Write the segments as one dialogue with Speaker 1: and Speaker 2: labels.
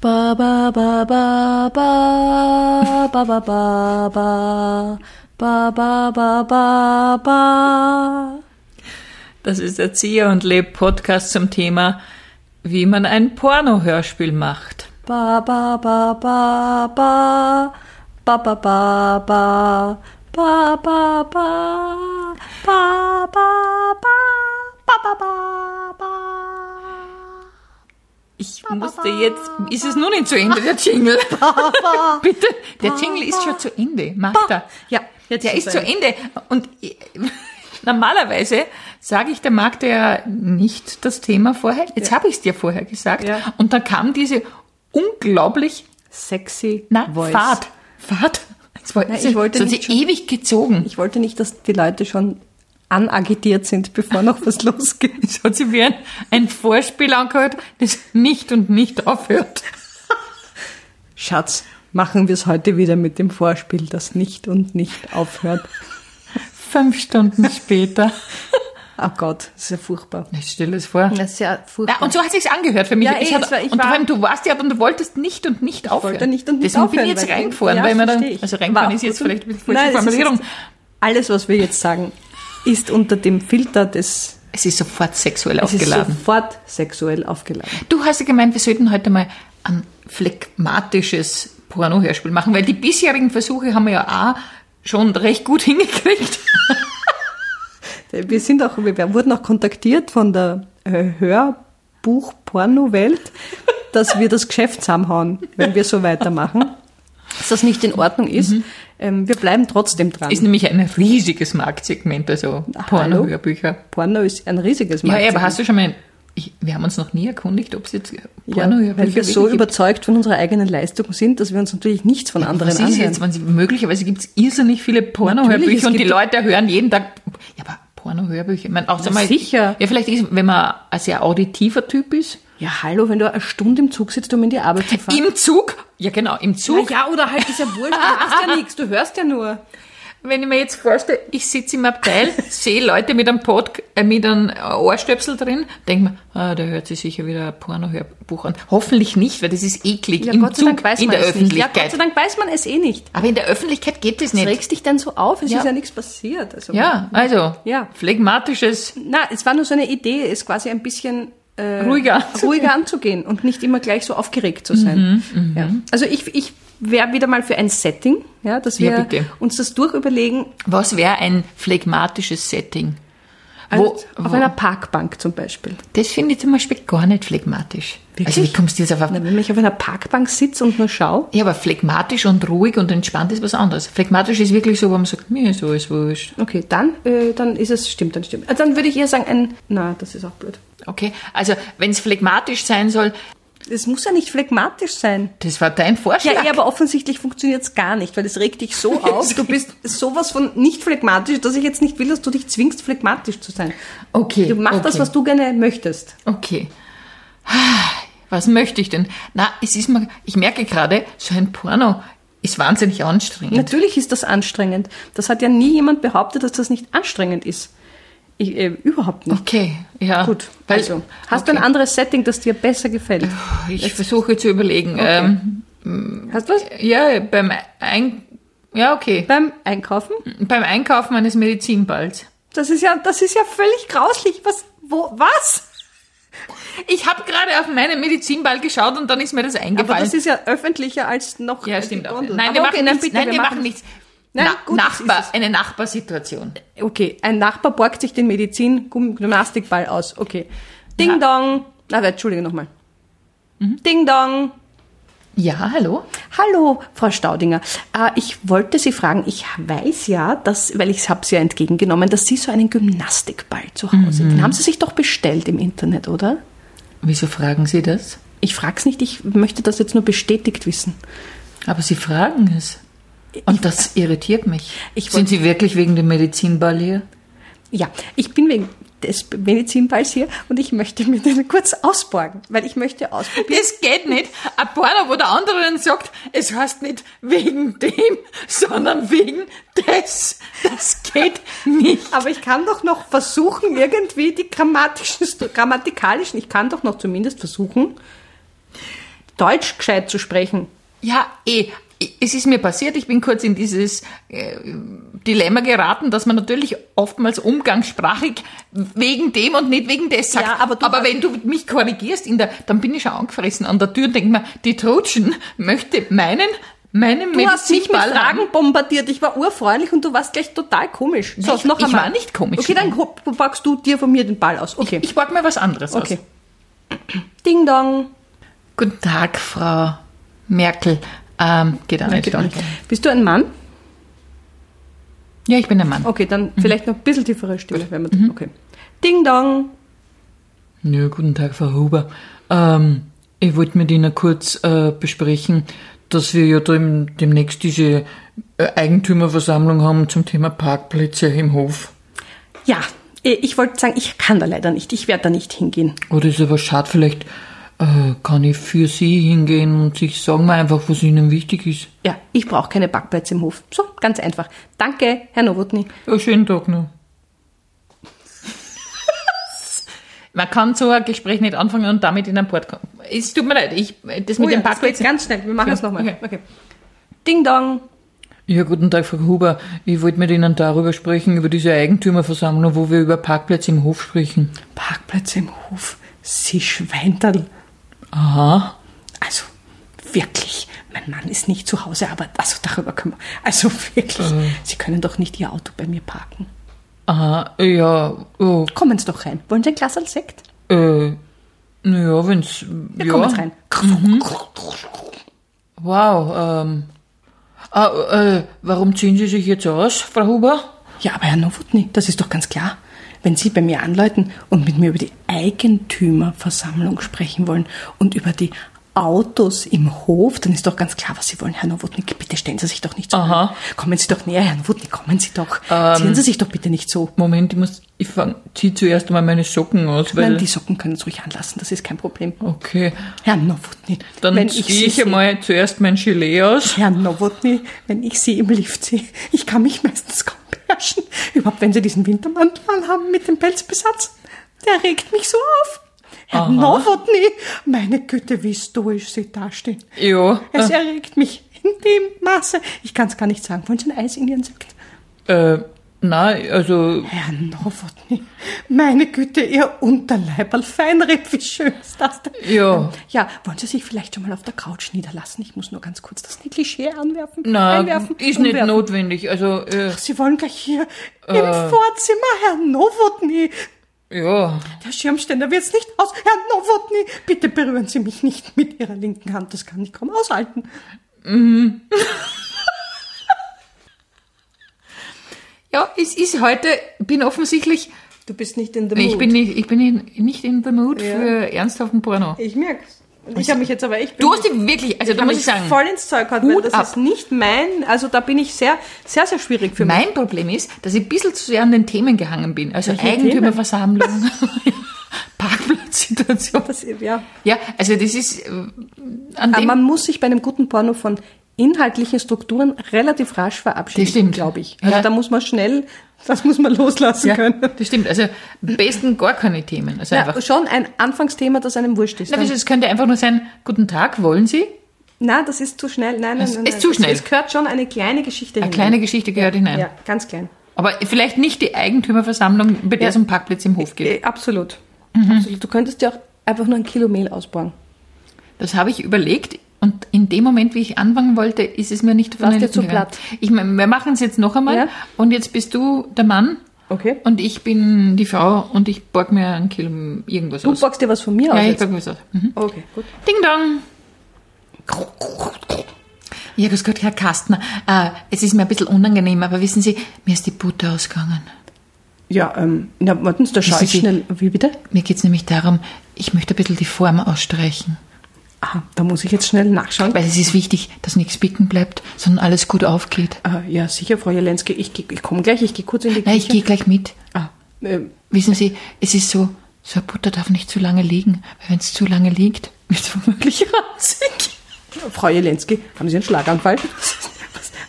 Speaker 1: Ba ba ba ba ba ba ba ba ba ba ba ba ba ba.
Speaker 2: Das ist Erzieher und Leb Podcast zum Thema, wie man ein Porno-Hörspiel macht.
Speaker 1: Ba ba ba ba ba ba ba ba ba ba ba ba ba ba ba ba ba ba.
Speaker 2: Ich musste jetzt, ist es nun nicht zu Ende, der Jingle? Bitte, der Jingle ist schon zu Ende, Magda.
Speaker 1: Ja, jetzt
Speaker 2: Der ist zu Ende. Und ich- normalerweise sage ich der Magda ja nicht das Thema vorher. Jetzt habe ich es dir vorher gesagt.
Speaker 1: Ja.
Speaker 2: Und dann kam diese unglaublich,
Speaker 1: sexy
Speaker 2: na,
Speaker 1: Voice.
Speaker 2: Fahrt. Fahrt. Jetzt wollte,
Speaker 1: Nein, ich wollte
Speaker 2: so
Speaker 1: nicht
Speaker 2: sie ewig gezogen.
Speaker 1: Ich wollte nicht, dass die Leute schon anagitiert sind, bevor noch was losgeht.
Speaker 2: Es hat sie wie ein, ein Vorspiel angehört, das nicht und nicht aufhört.
Speaker 1: Schatz, machen wir es heute wieder mit dem Vorspiel, das nicht und nicht aufhört.
Speaker 2: Fünf Stunden später.
Speaker 1: Oh Gott, das ist ja furchtbar.
Speaker 2: Ich stelle es vor.
Speaker 1: Das ist ja
Speaker 2: Na, und so hat sich's angehört für mich.
Speaker 1: Ja, eh,
Speaker 2: hat,
Speaker 1: es war- ich
Speaker 2: und vor
Speaker 1: war-
Speaker 2: allem, du warst ja und du wolltest nicht und nicht aufhören.
Speaker 1: wollte nicht und nicht
Speaker 2: Deswegen
Speaker 1: aufhören,
Speaker 2: bin ich jetzt
Speaker 1: weil-
Speaker 2: reingefahren,
Speaker 1: Ja,
Speaker 2: weil man dann,
Speaker 1: verstehe ich.
Speaker 2: also
Speaker 1: War
Speaker 2: reingefahren
Speaker 1: auch
Speaker 2: ist jetzt
Speaker 1: gut.
Speaker 2: vielleicht eine falsche
Speaker 1: Nein, es ist
Speaker 2: Formulierung.
Speaker 1: alles, was wir jetzt sagen, ist unter dem Filter des
Speaker 2: Es ist sofort sexuell
Speaker 1: es ist
Speaker 2: aufgeladen.
Speaker 1: sofort sexuell aufgeladen.
Speaker 2: Du hast ja gemeint, wir sollten heute mal ein phlegmatisches Porno-Hörspiel machen, weil die bisherigen Versuche haben wir ja auch schon recht gut hingekriegt.
Speaker 1: Wir sind auch, wir wurden auch kontaktiert von der äh, Hörbuch-Porno-Welt, dass wir das Geschäft zusammenhauen, wenn wir so weitermachen. Dass das nicht in Ordnung ist. Ähm, wir bleiben trotzdem dran.
Speaker 2: Ist nämlich ein riesiges Marktsegment, also
Speaker 1: hallo?
Speaker 2: Porno-Hörbücher.
Speaker 1: Porno ist ein riesiges
Speaker 2: Ja,
Speaker 1: Markt.
Speaker 2: ja, aber hast du schon mal, ich, wir haben uns noch nie erkundigt, ob es jetzt
Speaker 1: ja,
Speaker 2: Porno-Hörbücher
Speaker 1: weil wir so
Speaker 2: wirklich gibt.
Speaker 1: überzeugt von unserer eigenen Leistung sind, dass wir uns natürlich nichts von anderen
Speaker 2: Was ist
Speaker 1: anhören.
Speaker 2: jetzt, wenn sie, möglicherweise gibt es irrsinnig viele
Speaker 1: Natürlich, es
Speaker 2: Porno-Hörbücher und die
Speaker 1: gibt-
Speaker 2: Leute hören jeden Tag, ja, aber Porno-Hörbücher, ich meine, auch so
Speaker 1: Na,
Speaker 2: mal,
Speaker 1: sicher.
Speaker 2: ja, vielleicht ist, wenn man ein sehr auditiver Typ ist,
Speaker 1: Ja, hallo, wenn du eine Stunde im Zug sitzt, um in die Arbeit zu fahren.
Speaker 2: im Zug, ja genau, im Zug,
Speaker 1: ja, oder halt ist ja wurscht, du machst ja nichts, du hörst ja nur.
Speaker 2: wenn ich mir jetzt vorstelle, ich sitze im Abteil, sehe Leute mit einem, Pod, äh, mit einem Ohrstöpsel drin, denke mir, ah, da hört sie sicher wieder ein Porno-Hörbuch an. Hoffentlich nicht, weil das ist eklig,
Speaker 1: Ja,
Speaker 2: im
Speaker 1: Gott sei
Speaker 2: Zug,
Speaker 1: Dank weiß
Speaker 2: in
Speaker 1: man
Speaker 2: der
Speaker 1: es nicht. Ja, Gott
Speaker 2: Öffentlichkeit.
Speaker 1: sei Dank weiß man es eh nicht.
Speaker 2: aber in der Öffentlichkeit geht es
Speaker 1: Du
Speaker 2: nicht.
Speaker 1: regst dich dann so auf, es
Speaker 2: Ja.
Speaker 1: ist ja nichts passiert. Also,
Speaker 2: Ja, also,
Speaker 1: Ja.
Speaker 2: phlegmatisches,
Speaker 1: Na, es war nur so eine Idee, es quasi ein bisschen äh,
Speaker 2: Ruhiger anzugehen.
Speaker 1: ruhiger anzugehen und nicht immer gleich so aufgeregt zu sein.
Speaker 2: Mhm,
Speaker 1: ja. Also ich, ich wäre wieder mal für ein Setting, ja, dass wir
Speaker 2: Ja, bitte.
Speaker 1: uns das durchüberlegen,
Speaker 2: was wäre ein phlegmatisches Setting?
Speaker 1: also
Speaker 2: Wo,
Speaker 1: auf einer Parkbank zum Beispiel.
Speaker 2: das finde ich zum Beispiel gar nicht phlegmatisch. Also wie
Speaker 1: Wirklich?
Speaker 2: kommst du jetzt auf...
Speaker 1: Na, wenn ich auf einer Parkbank sitze und nur schaue,
Speaker 2: Ja, aber phlegmatisch und ruhig und entspannt ist was anderes. Phlegmatisch ist wirklich so, wo man sagt, mir ist alles wurscht.
Speaker 1: okay, dann, äh, dann ist es, stimmt, dann stimmt. Also dann würde ich eher sagen, ein, na, das ist auch blöd.
Speaker 2: Okay, also wenn es phlegmatisch sein soll,
Speaker 1: Es muss ja nicht phlegmatisch sein.
Speaker 2: das war dein Vorschlag.
Speaker 1: Ja, ja, aber offensichtlich funktioniert's gar nicht, weil es regt dich so auf. Du bist sowas von nicht phlegmatisch, dass ich jetzt nicht will, dass du dich zwingst, phlegmatisch zu sein.
Speaker 2: Okay,
Speaker 1: Du machst
Speaker 2: okay.
Speaker 1: das, was du gerne möchtest.
Speaker 2: Okay. Was möchte ich denn? Na, es ist mir, ich merke gerade, so ein Porno ist wahnsinnig anstrengend.
Speaker 1: Natürlich ist das anstrengend. Das hat ja nie jemand behauptet, dass das nicht anstrengend ist. Ich, äh, überhaupt nicht.
Speaker 2: Okay, ja.
Speaker 1: Gut,
Speaker 2: Weil,
Speaker 1: also, hast du
Speaker 2: okay.
Speaker 1: ein anderes Setting, das dir besser gefällt?
Speaker 2: Ich versuche zu überlegen. Ähm,
Speaker 1: Hast du was?
Speaker 2: ja, beim Ein ja, okay.
Speaker 1: Beim Einkaufen?
Speaker 2: Beim Einkaufen eines Medizinballs.
Speaker 1: Das ist ja, das ist ja völlig grauslich. Was, wo, was?
Speaker 2: Ich habe gerade auf meinen Medizinball geschaut und dann ist mir das eingefallen.
Speaker 1: Aber das ist ja öffentlicher als noch
Speaker 2: ja,
Speaker 1: die
Speaker 2: stimmt auch.
Speaker 1: Gondel.
Speaker 2: Nein,
Speaker 1: Aber
Speaker 2: wir
Speaker 1: okay, nein,
Speaker 2: machen nichts.
Speaker 1: bitte,
Speaker 2: Nein,
Speaker 1: wir
Speaker 2: wir machen
Speaker 1: machen-
Speaker 2: nichts.
Speaker 1: Nein,
Speaker 2: Na,
Speaker 1: gut, das ist
Speaker 2: Nachbar,
Speaker 1: es.
Speaker 2: eine Nachbarsituation.
Speaker 1: Okay, ein Nachbar borgt sich den Medizin-Gymnastikball aus. Okay. Ding
Speaker 2: Ja.
Speaker 1: Dong. Na, warte, entschuldige nochmal. Ding Dong.
Speaker 2: Ja, hallo?
Speaker 1: Hallo, Frau Staudinger. Äh, ich wollte Sie fragen, ich weiß ja, dass, weil ich habe Sie ja entgegengenommen, dass Sie so einen Gymnastikball zu Hause, den haben Sie sich doch bestellt im Internet, oder?
Speaker 2: Wieso fragen Sie das?
Speaker 1: Ich frag's nicht, ich möchte das jetzt nur bestätigt wissen.
Speaker 2: Aber Sie fragen es. Und das irritiert mich.
Speaker 1: Ich
Speaker 2: Sind Sie wirklich wegen dem Medizinball hier?
Speaker 1: Ja, ich bin wegen des Medizinballs hier und ich möchte mir den kurz ausborgen, weil ich möchte ausprobieren.
Speaker 2: Das geht nicht. Ein Porno, wo der andere dann sagt, es heißt nicht wegen dem, sondern wegen des. Das geht nicht.
Speaker 1: Aber ich kann doch noch versuchen, irgendwie die grammatischen, grammatikalischen, ich kann doch noch zumindest versuchen, Deutsch gescheit zu sprechen.
Speaker 2: Ja, eh. Es ist mir passiert, ich bin kurz in dieses äh, Dilemma geraten, dass man natürlich oftmals umgangssprachig wegen dem und nicht wegen des sagt.
Speaker 1: Ja, aber du-
Speaker 2: wenn du mich korrigierst, in der, dann bin ich schon angefressen an der Tür und denke mir, die Trutschen möchte meinen, meinen
Speaker 1: Du hast mich mit
Speaker 2: Medizinball haben.
Speaker 1: Fragen bombardiert. Ich war urfreundlich und du warst gleich total komisch.
Speaker 2: Nein, ich- ich war nicht komisch.
Speaker 1: Okay, dann ho- packst du dir von mir den Ball aus. Okay.
Speaker 2: Ich wag mal was anderes
Speaker 1: okay.
Speaker 2: aus.
Speaker 1: Ding dong.
Speaker 2: Guten Tag, Frau Merkel. Ähm, geht auch nicht.
Speaker 1: Geht auch nicht. Bist du ein Mann?
Speaker 2: Ja, ich bin ein Mann.
Speaker 1: Okay, dann vielleicht noch ein bisschen tiefere Stimme, wenn man. Okay. Ding dong.
Speaker 2: Ja, guten Tag, Frau Huber. Ähm, ich wollte mit Ihnen kurz äh, besprechen, dass wir ja da im, demnächst diese äh, Eigentümerversammlung haben zum Thema Parkplätze im Hof.
Speaker 1: Ja, äh, ich wollte sagen, ich kann da leider nicht. Ich werde da nicht hingehen.
Speaker 2: Oder ist aber schade, vielleicht äh, kann ich für Sie hingehen und ich sagen mir einfach, was Ihnen wichtig ist.
Speaker 1: Ja, ich brauche keine Parkplätze im Hof. So, ganz einfach. Danke, Herr Nowotny.
Speaker 2: Ja, schönen Tag noch. Man kann so ein Gespräch nicht anfangen und damit in ein Port kommen. Es tut mir leid, ich, das mit
Speaker 1: Oh ja,
Speaker 2: dem
Speaker 1: das geht
Speaker 2: Parkplatz.
Speaker 1: ganz schnell. Wir machen
Speaker 2: Ja,
Speaker 1: es nochmal.
Speaker 2: okay.
Speaker 1: Ding dong.
Speaker 2: Ja, guten Tag, Frau Huber. Ich wollte mit Ihnen darüber sprechen, über diese Eigentümerversammlung, wo wir über Parkplätze im Hof sprechen.
Speaker 1: Parkplätze im Hof. Sie Schweinderl.
Speaker 2: Aha.
Speaker 1: Also wirklich, mein Mann ist nicht zu Hause, aber also darüber können wir. Also wirklich, Sie können doch nicht Ihr Auto bei mir parken.
Speaker 2: Aha, ja, oh,
Speaker 1: Kommen Sie doch rein. Wollen Sie ein Glas als Sekt?
Speaker 2: äh, naja, wenn's, ja.
Speaker 1: Ja, kommen Sie rein.
Speaker 2: Wow, ähm, ah, äh, warum ziehen Sie sich jetzt aus, Frau Huber?
Speaker 1: Ja, aber Herr Nowotny, das ist doch ganz klar. Wenn Sie bei mir anläuten und mit mir über die Eigentümerversammlung sprechen wollen und über die Autos im Hof, dann ist doch ganz klar, was Sie wollen, Herr Nowotny. Bitte stellen Sie sich doch nicht so
Speaker 2: Aha. Ähm,
Speaker 1: an. Kommen Sie doch näher, Herr Nowotny, kommen Sie doch. Ziehen Sie sich doch bitte nicht so.
Speaker 2: Moment, ich muss, ich fang, zieh zuerst einmal meine Socken aus, weil,
Speaker 1: Nein, die Socken können Sie ruhig anlassen, das ist kein Problem.
Speaker 2: okay,
Speaker 1: Herr Nowotny,
Speaker 2: dann
Speaker 1: wenn ich
Speaker 2: zieh
Speaker 1: Sie
Speaker 2: ich
Speaker 1: sehe,
Speaker 2: einmal zuerst mein Gelee aus.
Speaker 1: Herr Nowotny, wenn ich Sie im Lift sehe, ich kann mich meistens kaum beherrschen. Überhaupt, wenn Sie diesen Wintermantel anhaben mit dem Pelzbesatz, der regt mich so auf. Herr Nowotny, meine Güte, wie stoisch Sie dastehen.
Speaker 2: Ja,
Speaker 1: Es erregt mich in dem Maße. Ich kann es gar nicht sagen. Wollen Sie ein Eis in Ihren Sekt?
Speaker 2: äh, nein, also,
Speaker 1: Herr Nowotny, meine Güte, Ihr Unterleiberl Feinripp, wie schön ist das denn?
Speaker 2: ja.
Speaker 1: Ja, wollen Sie sich vielleicht schon mal auf der Couch niederlassen? Ich muss nur ganz kurz das Klischee anwerfen.
Speaker 2: Nein,
Speaker 1: einwerfen,
Speaker 2: ist nicht
Speaker 1: umwerfen.
Speaker 2: notwendig. Also, äh,
Speaker 1: Sie wollen gleich hier im Vorzimmer, Herr Nowotny.
Speaker 2: ja.
Speaker 1: Der Schirmständer wird's nicht aus. Herr Nowotny, bitte berühren Sie mich nicht mit Ihrer linken Hand. Das kann ich kaum aushalten.
Speaker 2: Ja, es ist heute, bin offensichtlich,
Speaker 1: Du bist nicht in der
Speaker 2: ich bin, nicht, ich bin in, nicht in the mood für ernsthaften Porno.
Speaker 1: Ich merk's. Ich habe mich jetzt aber echt...
Speaker 2: Du hast ihn wirklich, also da muss ich sagen,
Speaker 1: voll ins Zeug gehauen, weil
Speaker 2: Hut
Speaker 1: das
Speaker 2: ab.
Speaker 1: ist nicht mein... Also da bin ich sehr, sehr, sehr schwierig für mich.
Speaker 2: mein Problem ist, dass ich ein bisschen zu sehr an den Themen gehangen bin. Also
Speaker 1: Welche
Speaker 2: Eigentümerversammlung, Parkplatzsituation.
Speaker 1: Das, ja.
Speaker 2: Ja, also das ist, äh, an
Speaker 1: Aber
Speaker 2: dem,
Speaker 1: Ah, man muss sich bei einem guten Porno von inhaltlichen Strukturen relativ rasch verabschieden,
Speaker 2: Das stimmt.
Speaker 1: glaube ich. Also
Speaker 2: Ja.
Speaker 1: da muss man schnell, das muss man loslassen
Speaker 2: ja,
Speaker 1: können.
Speaker 2: das stimmt. Also am besten gar keine Themen. Also
Speaker 1: Ja,
Speaker 2: einfach,
Speaker 1: schon ein Anfangsthema, das einem wurscht ist.
Speaker 2: na,
Speaker 1: Dann-
Speaker 2: wieso, es könnte einfach nur sein, guten Tag, wollen Sie?
Speaker 1: Nein, das ist zu schnell. Nein, nein,
Speaker 2: Das
Speaker 1: nein.
Speaker 2: ist
Speaker 1: nein.
Speaker 2: zu
Speaker 1: Es-
Speaker 2: schnell.
Speaker 1: Es gehört schon eine kleine Geschichte
Speaker 2: Eine kleine Geschichte gehört hinein.
Speaker 1: Genau. Ja, ganz klein.
Speaker 2: Aber vielleicht nicht die Eigentümerversammlung, bei der es um Parkplätze im Hof geht.
Speaker 1: Äh, absolut. absolut. Du könntest dir auch einfach nur ein Kilo Mehl ausbauen.
Speaker 2: Das habe ich überlegt und in dem Moment, wie ich anfangen wollte, ist es mir nicht von
Speaker 1: Warst
Speaker 2: den
Speaker 1: dir
Speaker 2: Lippen
Speaker 1: zu
Speaker 2: gegangen.
Speaker 1: platt?
Speaker 2: Ich meine, wir machen es jetzt noch einmal
Speaker 1: Ja.
Speaker 2: und jetzt bist du der Mann
Speaker 1: Okay.
Speaker 2: und ich bin die Frau und ich borg mir ein Kilo irgendwas
Speaker 1: Du also
Speaker 2: aus.
Speaker 1: bockst dir was von mir
Speaker 2: ja,
Speaker 1: aus.
Speaker 2: ich
Speaker 1: jetzt.
Speaker 2: borg mir was aus. Mhm.
Speaker 1: Okay, gut.
Speaker 2: Ding dong! Ja, grüß Gott, Herr Kastner. Äh, es ist mir ein bisschen unangenehm, aber wissen Sie, mir ist die Butter ausgegangen.
Speaker 1: Ja, ähm, na, warten Sie, da schaue
Speaker 2: Wissen
Speaker 1: ich
Speaker 2: Sie-
Speaker 1: schnell. Wie bitte?
Speaker 2: Mir geht es nämlich darum, ich möchte ein bisschen die Form ausstreichen.
Speaker 1: Ah, da muss ich jetzt schnell nachschauen.
Speaker 2: Weil es ist wichtig, dass nichts bicken bleibt, sondern alles gut aufgeht.
Speaker 1: Ah, ja, sicher, Frau Jelenske. Ich, geh- ich komme gleich, ich gehe kurz in die
Speaker 2: Nein, ich gehe gleich mit.
Speaker 1: Ah, ähm,
Speaker 2: Wissen Sie, es ist so, so eine Butter darf nicht zu lange liegen, weil wenn es zu lange liegt, wird es womöglich ranzig.
Speaker 1: Frau Jelenske, haben Sie einen Schlaganfall? Was,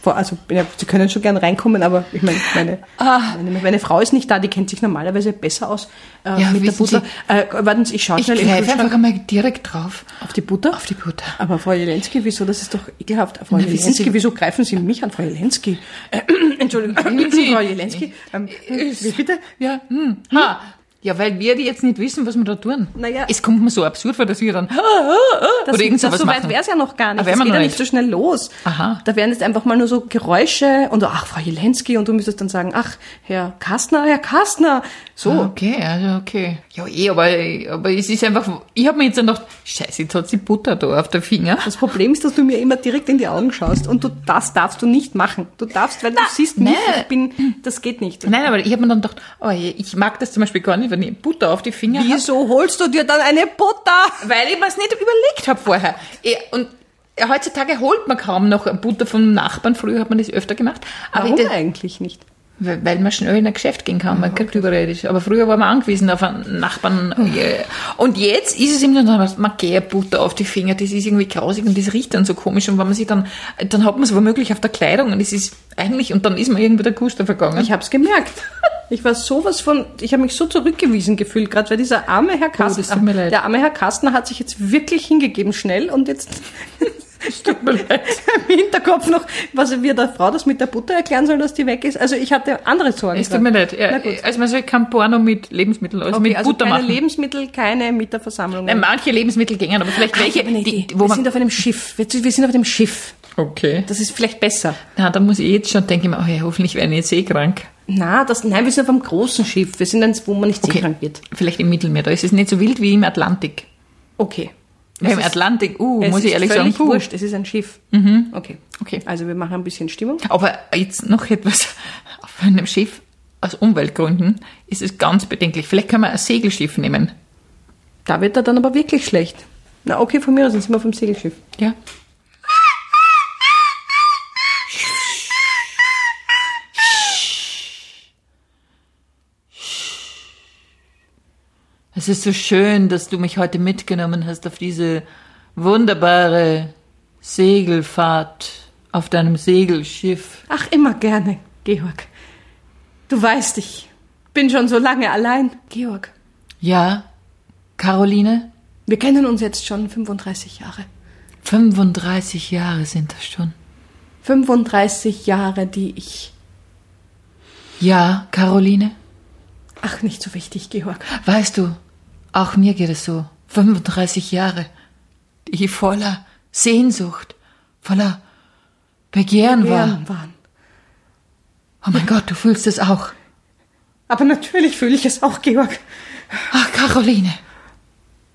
Speaker 1: was, also ja, Sie können schon gern reinkommen, aber ich meine, meine,
Speaker 2: Ah.
Speaker 1: meine, meine Frau ist nicht da, die kennt sich normalerweise besser aus äh,
Speaker 2: Ja,
Speaker 1: mit der
Speaker 2: wissen
Speaker 1: Butter. Äh, warten Sie, ich schaue
Speaker 2: Ich
Speaker 1: schnell im
Speaker 2: greife
Speaker 1: Kühlschrank.
Speaker 2: einfach einmal direkt drauf.
Speaker 1: Auf die Butter?
Speaker 2: Auf die Butter.
Speaker 1: Aber Frau Jelenski, wieso? Das ist doch ekelhaft. Frau
Speaker 2: wissen
Speaker 1: Jelenski,
Speaker 2: Sie-
Speaker 1: wieso greifen Sie mich an, Frau Jelenski? Äh, Entschuldigung,
Speaker 2: Sie-
Speaker 1: Frau Jelenski. Ähm, wie bitte?
Speaker 2: Ja, hm. Ha. Ja, weil wir die jetzt nicht wissen, was wir da tun.
Speaker 1: Naja.
Speaker 2: Es kommt mir so absurd vor, dass wir dann
Speaker 1: Das,
Speaker 2: oder irgend
Speaker 1: das
Speaker 2: sowas
Speaker 1: so weit
Speaker 2: machen.
Speaker 1: wäre es ja noch gar nicht.
Speaker 2: Ah, wär
Speaker 1: Das
Speaker 2: man
Speaker 1: geht ja
Speaker 2: noch
Speaker 1: nicht
Speaker 2: nicht.
Speaker 1: so schnell los.
Speaker 2: Aha.
Speaker 1: Da wären jetzt einfach mal nur so Geräusche und ach, Frau Jelenski und du müsstest dann sagen, ach, Herr Kastner, Herr Kastner. So.
Speaker 2: Okay, also okay. Ja, eh, aber, aber es ist einfach, ich habe mir jetzt dann gedacht, scheiße, jetzt hat sie Butter da auf der Finger.
Speaker 1: Das Problem ist, dass du mir immer direkt in die Augen schaust und du, das darfst du nicht machen. Du darfst, weil du siehst mich,
Speaker 2: nee.
Speaker 1: ich bin, das geht nicht.
Speaker 2: Nein, aber ich habe mir dann gedacht, oh, ich mag das zum Beispiel gar nicht, wenn ich Butter auf die Finger habe.
Speaker 1: Wieso holst du dir dann eine Butter?
Speaker 2: Weil ich mir es nicht überlegt habe vorher. Eh, Und heutzutage holt man kaum noch Butter vom Nachbarn. Früher hat man das öfter gemacht. Aber
Speaker 1: Warum
Speaker 2: ich-
Speaker 1: eigentlich nicht?
Speaker 2: Weil weil man schnell in ein Geschäft gehen kann, man kriegt überall das. Aber früher war man angewiesen auf einen Nachbarn. Yeah. Und jetzt ist es eben dann, so, man geht Butter auf die Finger, das ist irgendwie grausig und das riecht dann so komisch. Und wenn man sich dann, dann hat man es womöglich auf der Kleidung und es ist eigentlich, und dann ist man irgendwie der Guster vergangen.
Speaker 1: Ich hab's gemerkt. Ich war sowas von, ich habe mich so zurückgewiesen gefühlt, gerade weil dieser arme Herr
Speaker 2: Oh, das tut mir
Speaker 1: Kastner,
Speaker 2: leid.
Speaker 1: der arme Herr Kastner hat sich jetzt wirklich hingegeben schnell und jetzt
Speaker 2: es tut mir leid.
Speaker 1: im Hinterkopf noch, was wir der Frau das mit der Butter erklären sollen, dass die weg ist. Also ich hatte andere Sorgen.
Speaker 2: Es tut mir leid. Ja,
Speaker 1: Na gut.
Speaker 2: also man soll kein Porno mit Lebensmitteln, also
Speaker 1: Okay,
Speaker 2: mit
Speaker 1: also
Speaker 2: Butter
Speaker 1: keine
Speaker 2: machen.
Speaker 1: Lebensmittel, keine Mieterversammlung.
Speaker 2: Nein, manche Lebensmittel gängen, aber vielleicht
Speaker 1: Ah,
Speaker 2: welche, die, wo
Speaker 1: wir
Speaker 2: man...
Speaker 1: sind auf einem Schiff. Wir, wir sind auf dem Schiff.
Speaker 2: Okay.
Speaker 1: Das ist vielleicht besser.
Speaker 2: Na, da muss ich jetzt schon denken, oh ja, hoffentlich werde ich jetzt eh krank.
Speaker 1: Na, das, nein, wir sind auf einem großen Schiff. Wir sind eins, wo man nicht
Speaker 2: Okay.
Speaker 1: seekrank wird.
Speaker 2: Vielleicht im Mittelmeer, da ist es nicht so wild wie im Atlantik.
Speaker 1: Okay.
Speaker 2: Ja,
Speaker 1: Es
Speaker 2: Im
Speaker 1: ist-
Speaker 2: Atlantik, uh,
Speaker 1: Es
Speaker 2: muss ich
Speaker 1: ist
Speaker 2: ehrlich sagen,
Speaker 1: völlig
Speaker 2: puh.
Speaker 1: wurscht. Es ist ein Schiff. Mhm. Okay.
Speaker 2: Okay.
Speaker 1: Also wir machen ein bisschen Stimmung.
Speaker 2: Aber jetzt noch etwas auf einem Schiff. Aus Umweltgründen ist es ganz bedenklich. Vielleicht können wir ein Segelschiff nehmen.
Speaker 1: Da wird er dann aber wirklich schlecht. Na okay, von mir aus sind wir auf dem Segelschiff.
Speaker 2: Ja. Es ist so schön, dass du mich heute mitgenommen hast auf diese wunderbare Segelfahrt auf deinem Segelschiff.
Speaker 1: Ach, immer gerne, Georg. Du weißt, ich bin schon so lange allein. Georg,
Speaker 2: Ja, Caroline,
Speaker 1: wir kennen uns jetzt schon 35 Jahre.
Speaker 2: 35 Jahre sind das schon.
Speaker 1: 35 Jahre, die ich...
Speaker 2: Ja, Caroline,
Speaker 1: Ach, nicht so wichtig, Georg.
Speaker 2: weißt du, auch mir geht es so. 35 Jahre, die ich voller Sehnsucht, voller Begehren, war.
Speaker 1: Bären waren.
Speaker 2: Oh mein Gott, du fühlst es auch.
Speaker 1: Aber natürlich fühle ich es auch, Georg.
Speaker 2: Ach, Caroline.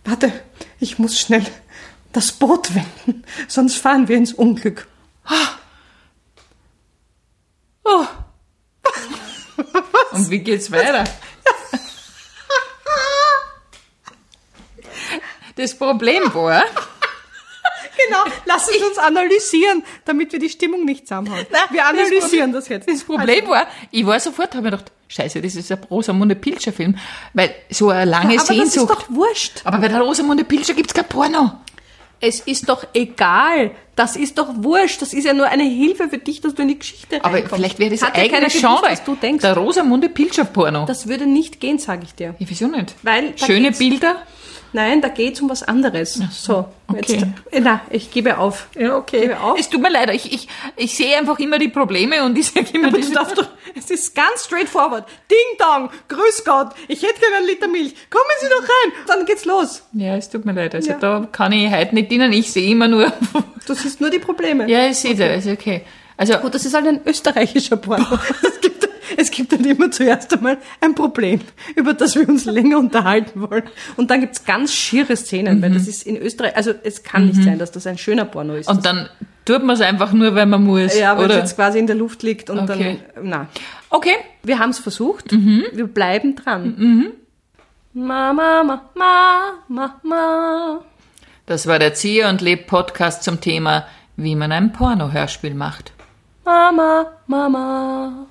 Speaker 1: Warte, ich muss schnell das Boot wenden, sonst fahren wir ins Unglück.
Speaker 2: Oh. Und wie geht's weiter? Das Problem war,
Speaker 1: Genau, lass es uns analysieren, damit wir die Stimmung nicht zusammenhauen. wir analysieren das, jetzt.
Speaker 2: Das Problem war, ich war sofort, habe mir gedacht, scheiße, das ist ein Rosamunde Pilcher Film, weil so eine lange
Speaker 1: Also, aber das ist
Speaker 2: Sehnsucht.
Speaker 1: doch wurscht.
Speaker 2: aber bei der Rosamunde Pilcher gibt's kein Porno.
Speaker 1: Es ist doch egal. Das ist doch wurscht. Das ist ja nur eine Hilfe für dich, dass du in die Geschichte
Speaker 2: Aber
Speaker 1: reinkommst.
Speaker 2: vielleicht wäre das
Speaker 1: Hat
Speaker 2: ein
Speaker 1: ja keiner
Speaker 2: eigenes
Speaker 1: gewusst,
Speaker 2: Genre.
Speaker 1: was du denkst.
Speaker 2: Der Rosamunde Pilcher Porno.
Speaker 1: Das würde nicht gehen, sage ich dir.
Speaker 2: ja, wieso nicht?
Speaker 1: Weil da
Speaker 2: Schöne
Speaker 1: geht's-
Speaker 2: Bilder.
Speaker 1: Nein, da geht es um was anderes. So, jetzt,
Speaker 2: okay.
Speaker 1: äh, na, ich gebe auf.
Speaker 2: Ja,
Speaker 1: Ich gebe auf.
Speaker 2: Es tut mir leid, ich, ich, ich sehe einfach immer die Probleme und ich sage immer,
Speaker 1: Aber
Speaker 2: das-
Speaker 1: du darfst doch, es ist ganz straightforward. Ding Dong, grüß Gott, ich hätte gerne einen Liter Milch. Kommen Sie doch rein, dann geht's los.
Speaker 2: Ja, es tut mir leid. Also
Speaker 1: Ja.
Speaker 2: da kann ich heute nicht dienen. Ich sehe immer nur.
Speaker 1: Du siehst nur die Probleme.
Speaker 2: ja, ich sehe das. Also okay. Also
Speaker 1: Gut, das ist halt ein österreichischer Porno. Es gibt, es gibt dann immer zuerst einmal ein Problem, über das wir uns länger unterhalten wollen. Und dann gibt's ganz schiere Szenen,
Speaker 2: Mhm.
Speaker 1: weil das ist in Österreich, also es kann nicht sein, dass das ein schöner Porno ist.
Speaker 2: und dann tut man es einfach nur, weil man muss.
Speaker 1: ja, weil es
Speaker 2: oder?
Speaker 1: jetzt quasi in der Luft liegt und
Speaker 2: Okay. Mhm.
Speaker 1: dann, na.
Speaker 2: Okay.
Speaker 1: Wir haben's versucht. Wir bleiben dran.
Speaker 2: Mhm.
Speaker 1: Mama, Mama, Mama, Mama.
Speaker 2: Das war der Zieh und Leb Podcast zum Thema, wie man ein Porno-Hörspiel macht.
Speaker 1: Mama, Mama.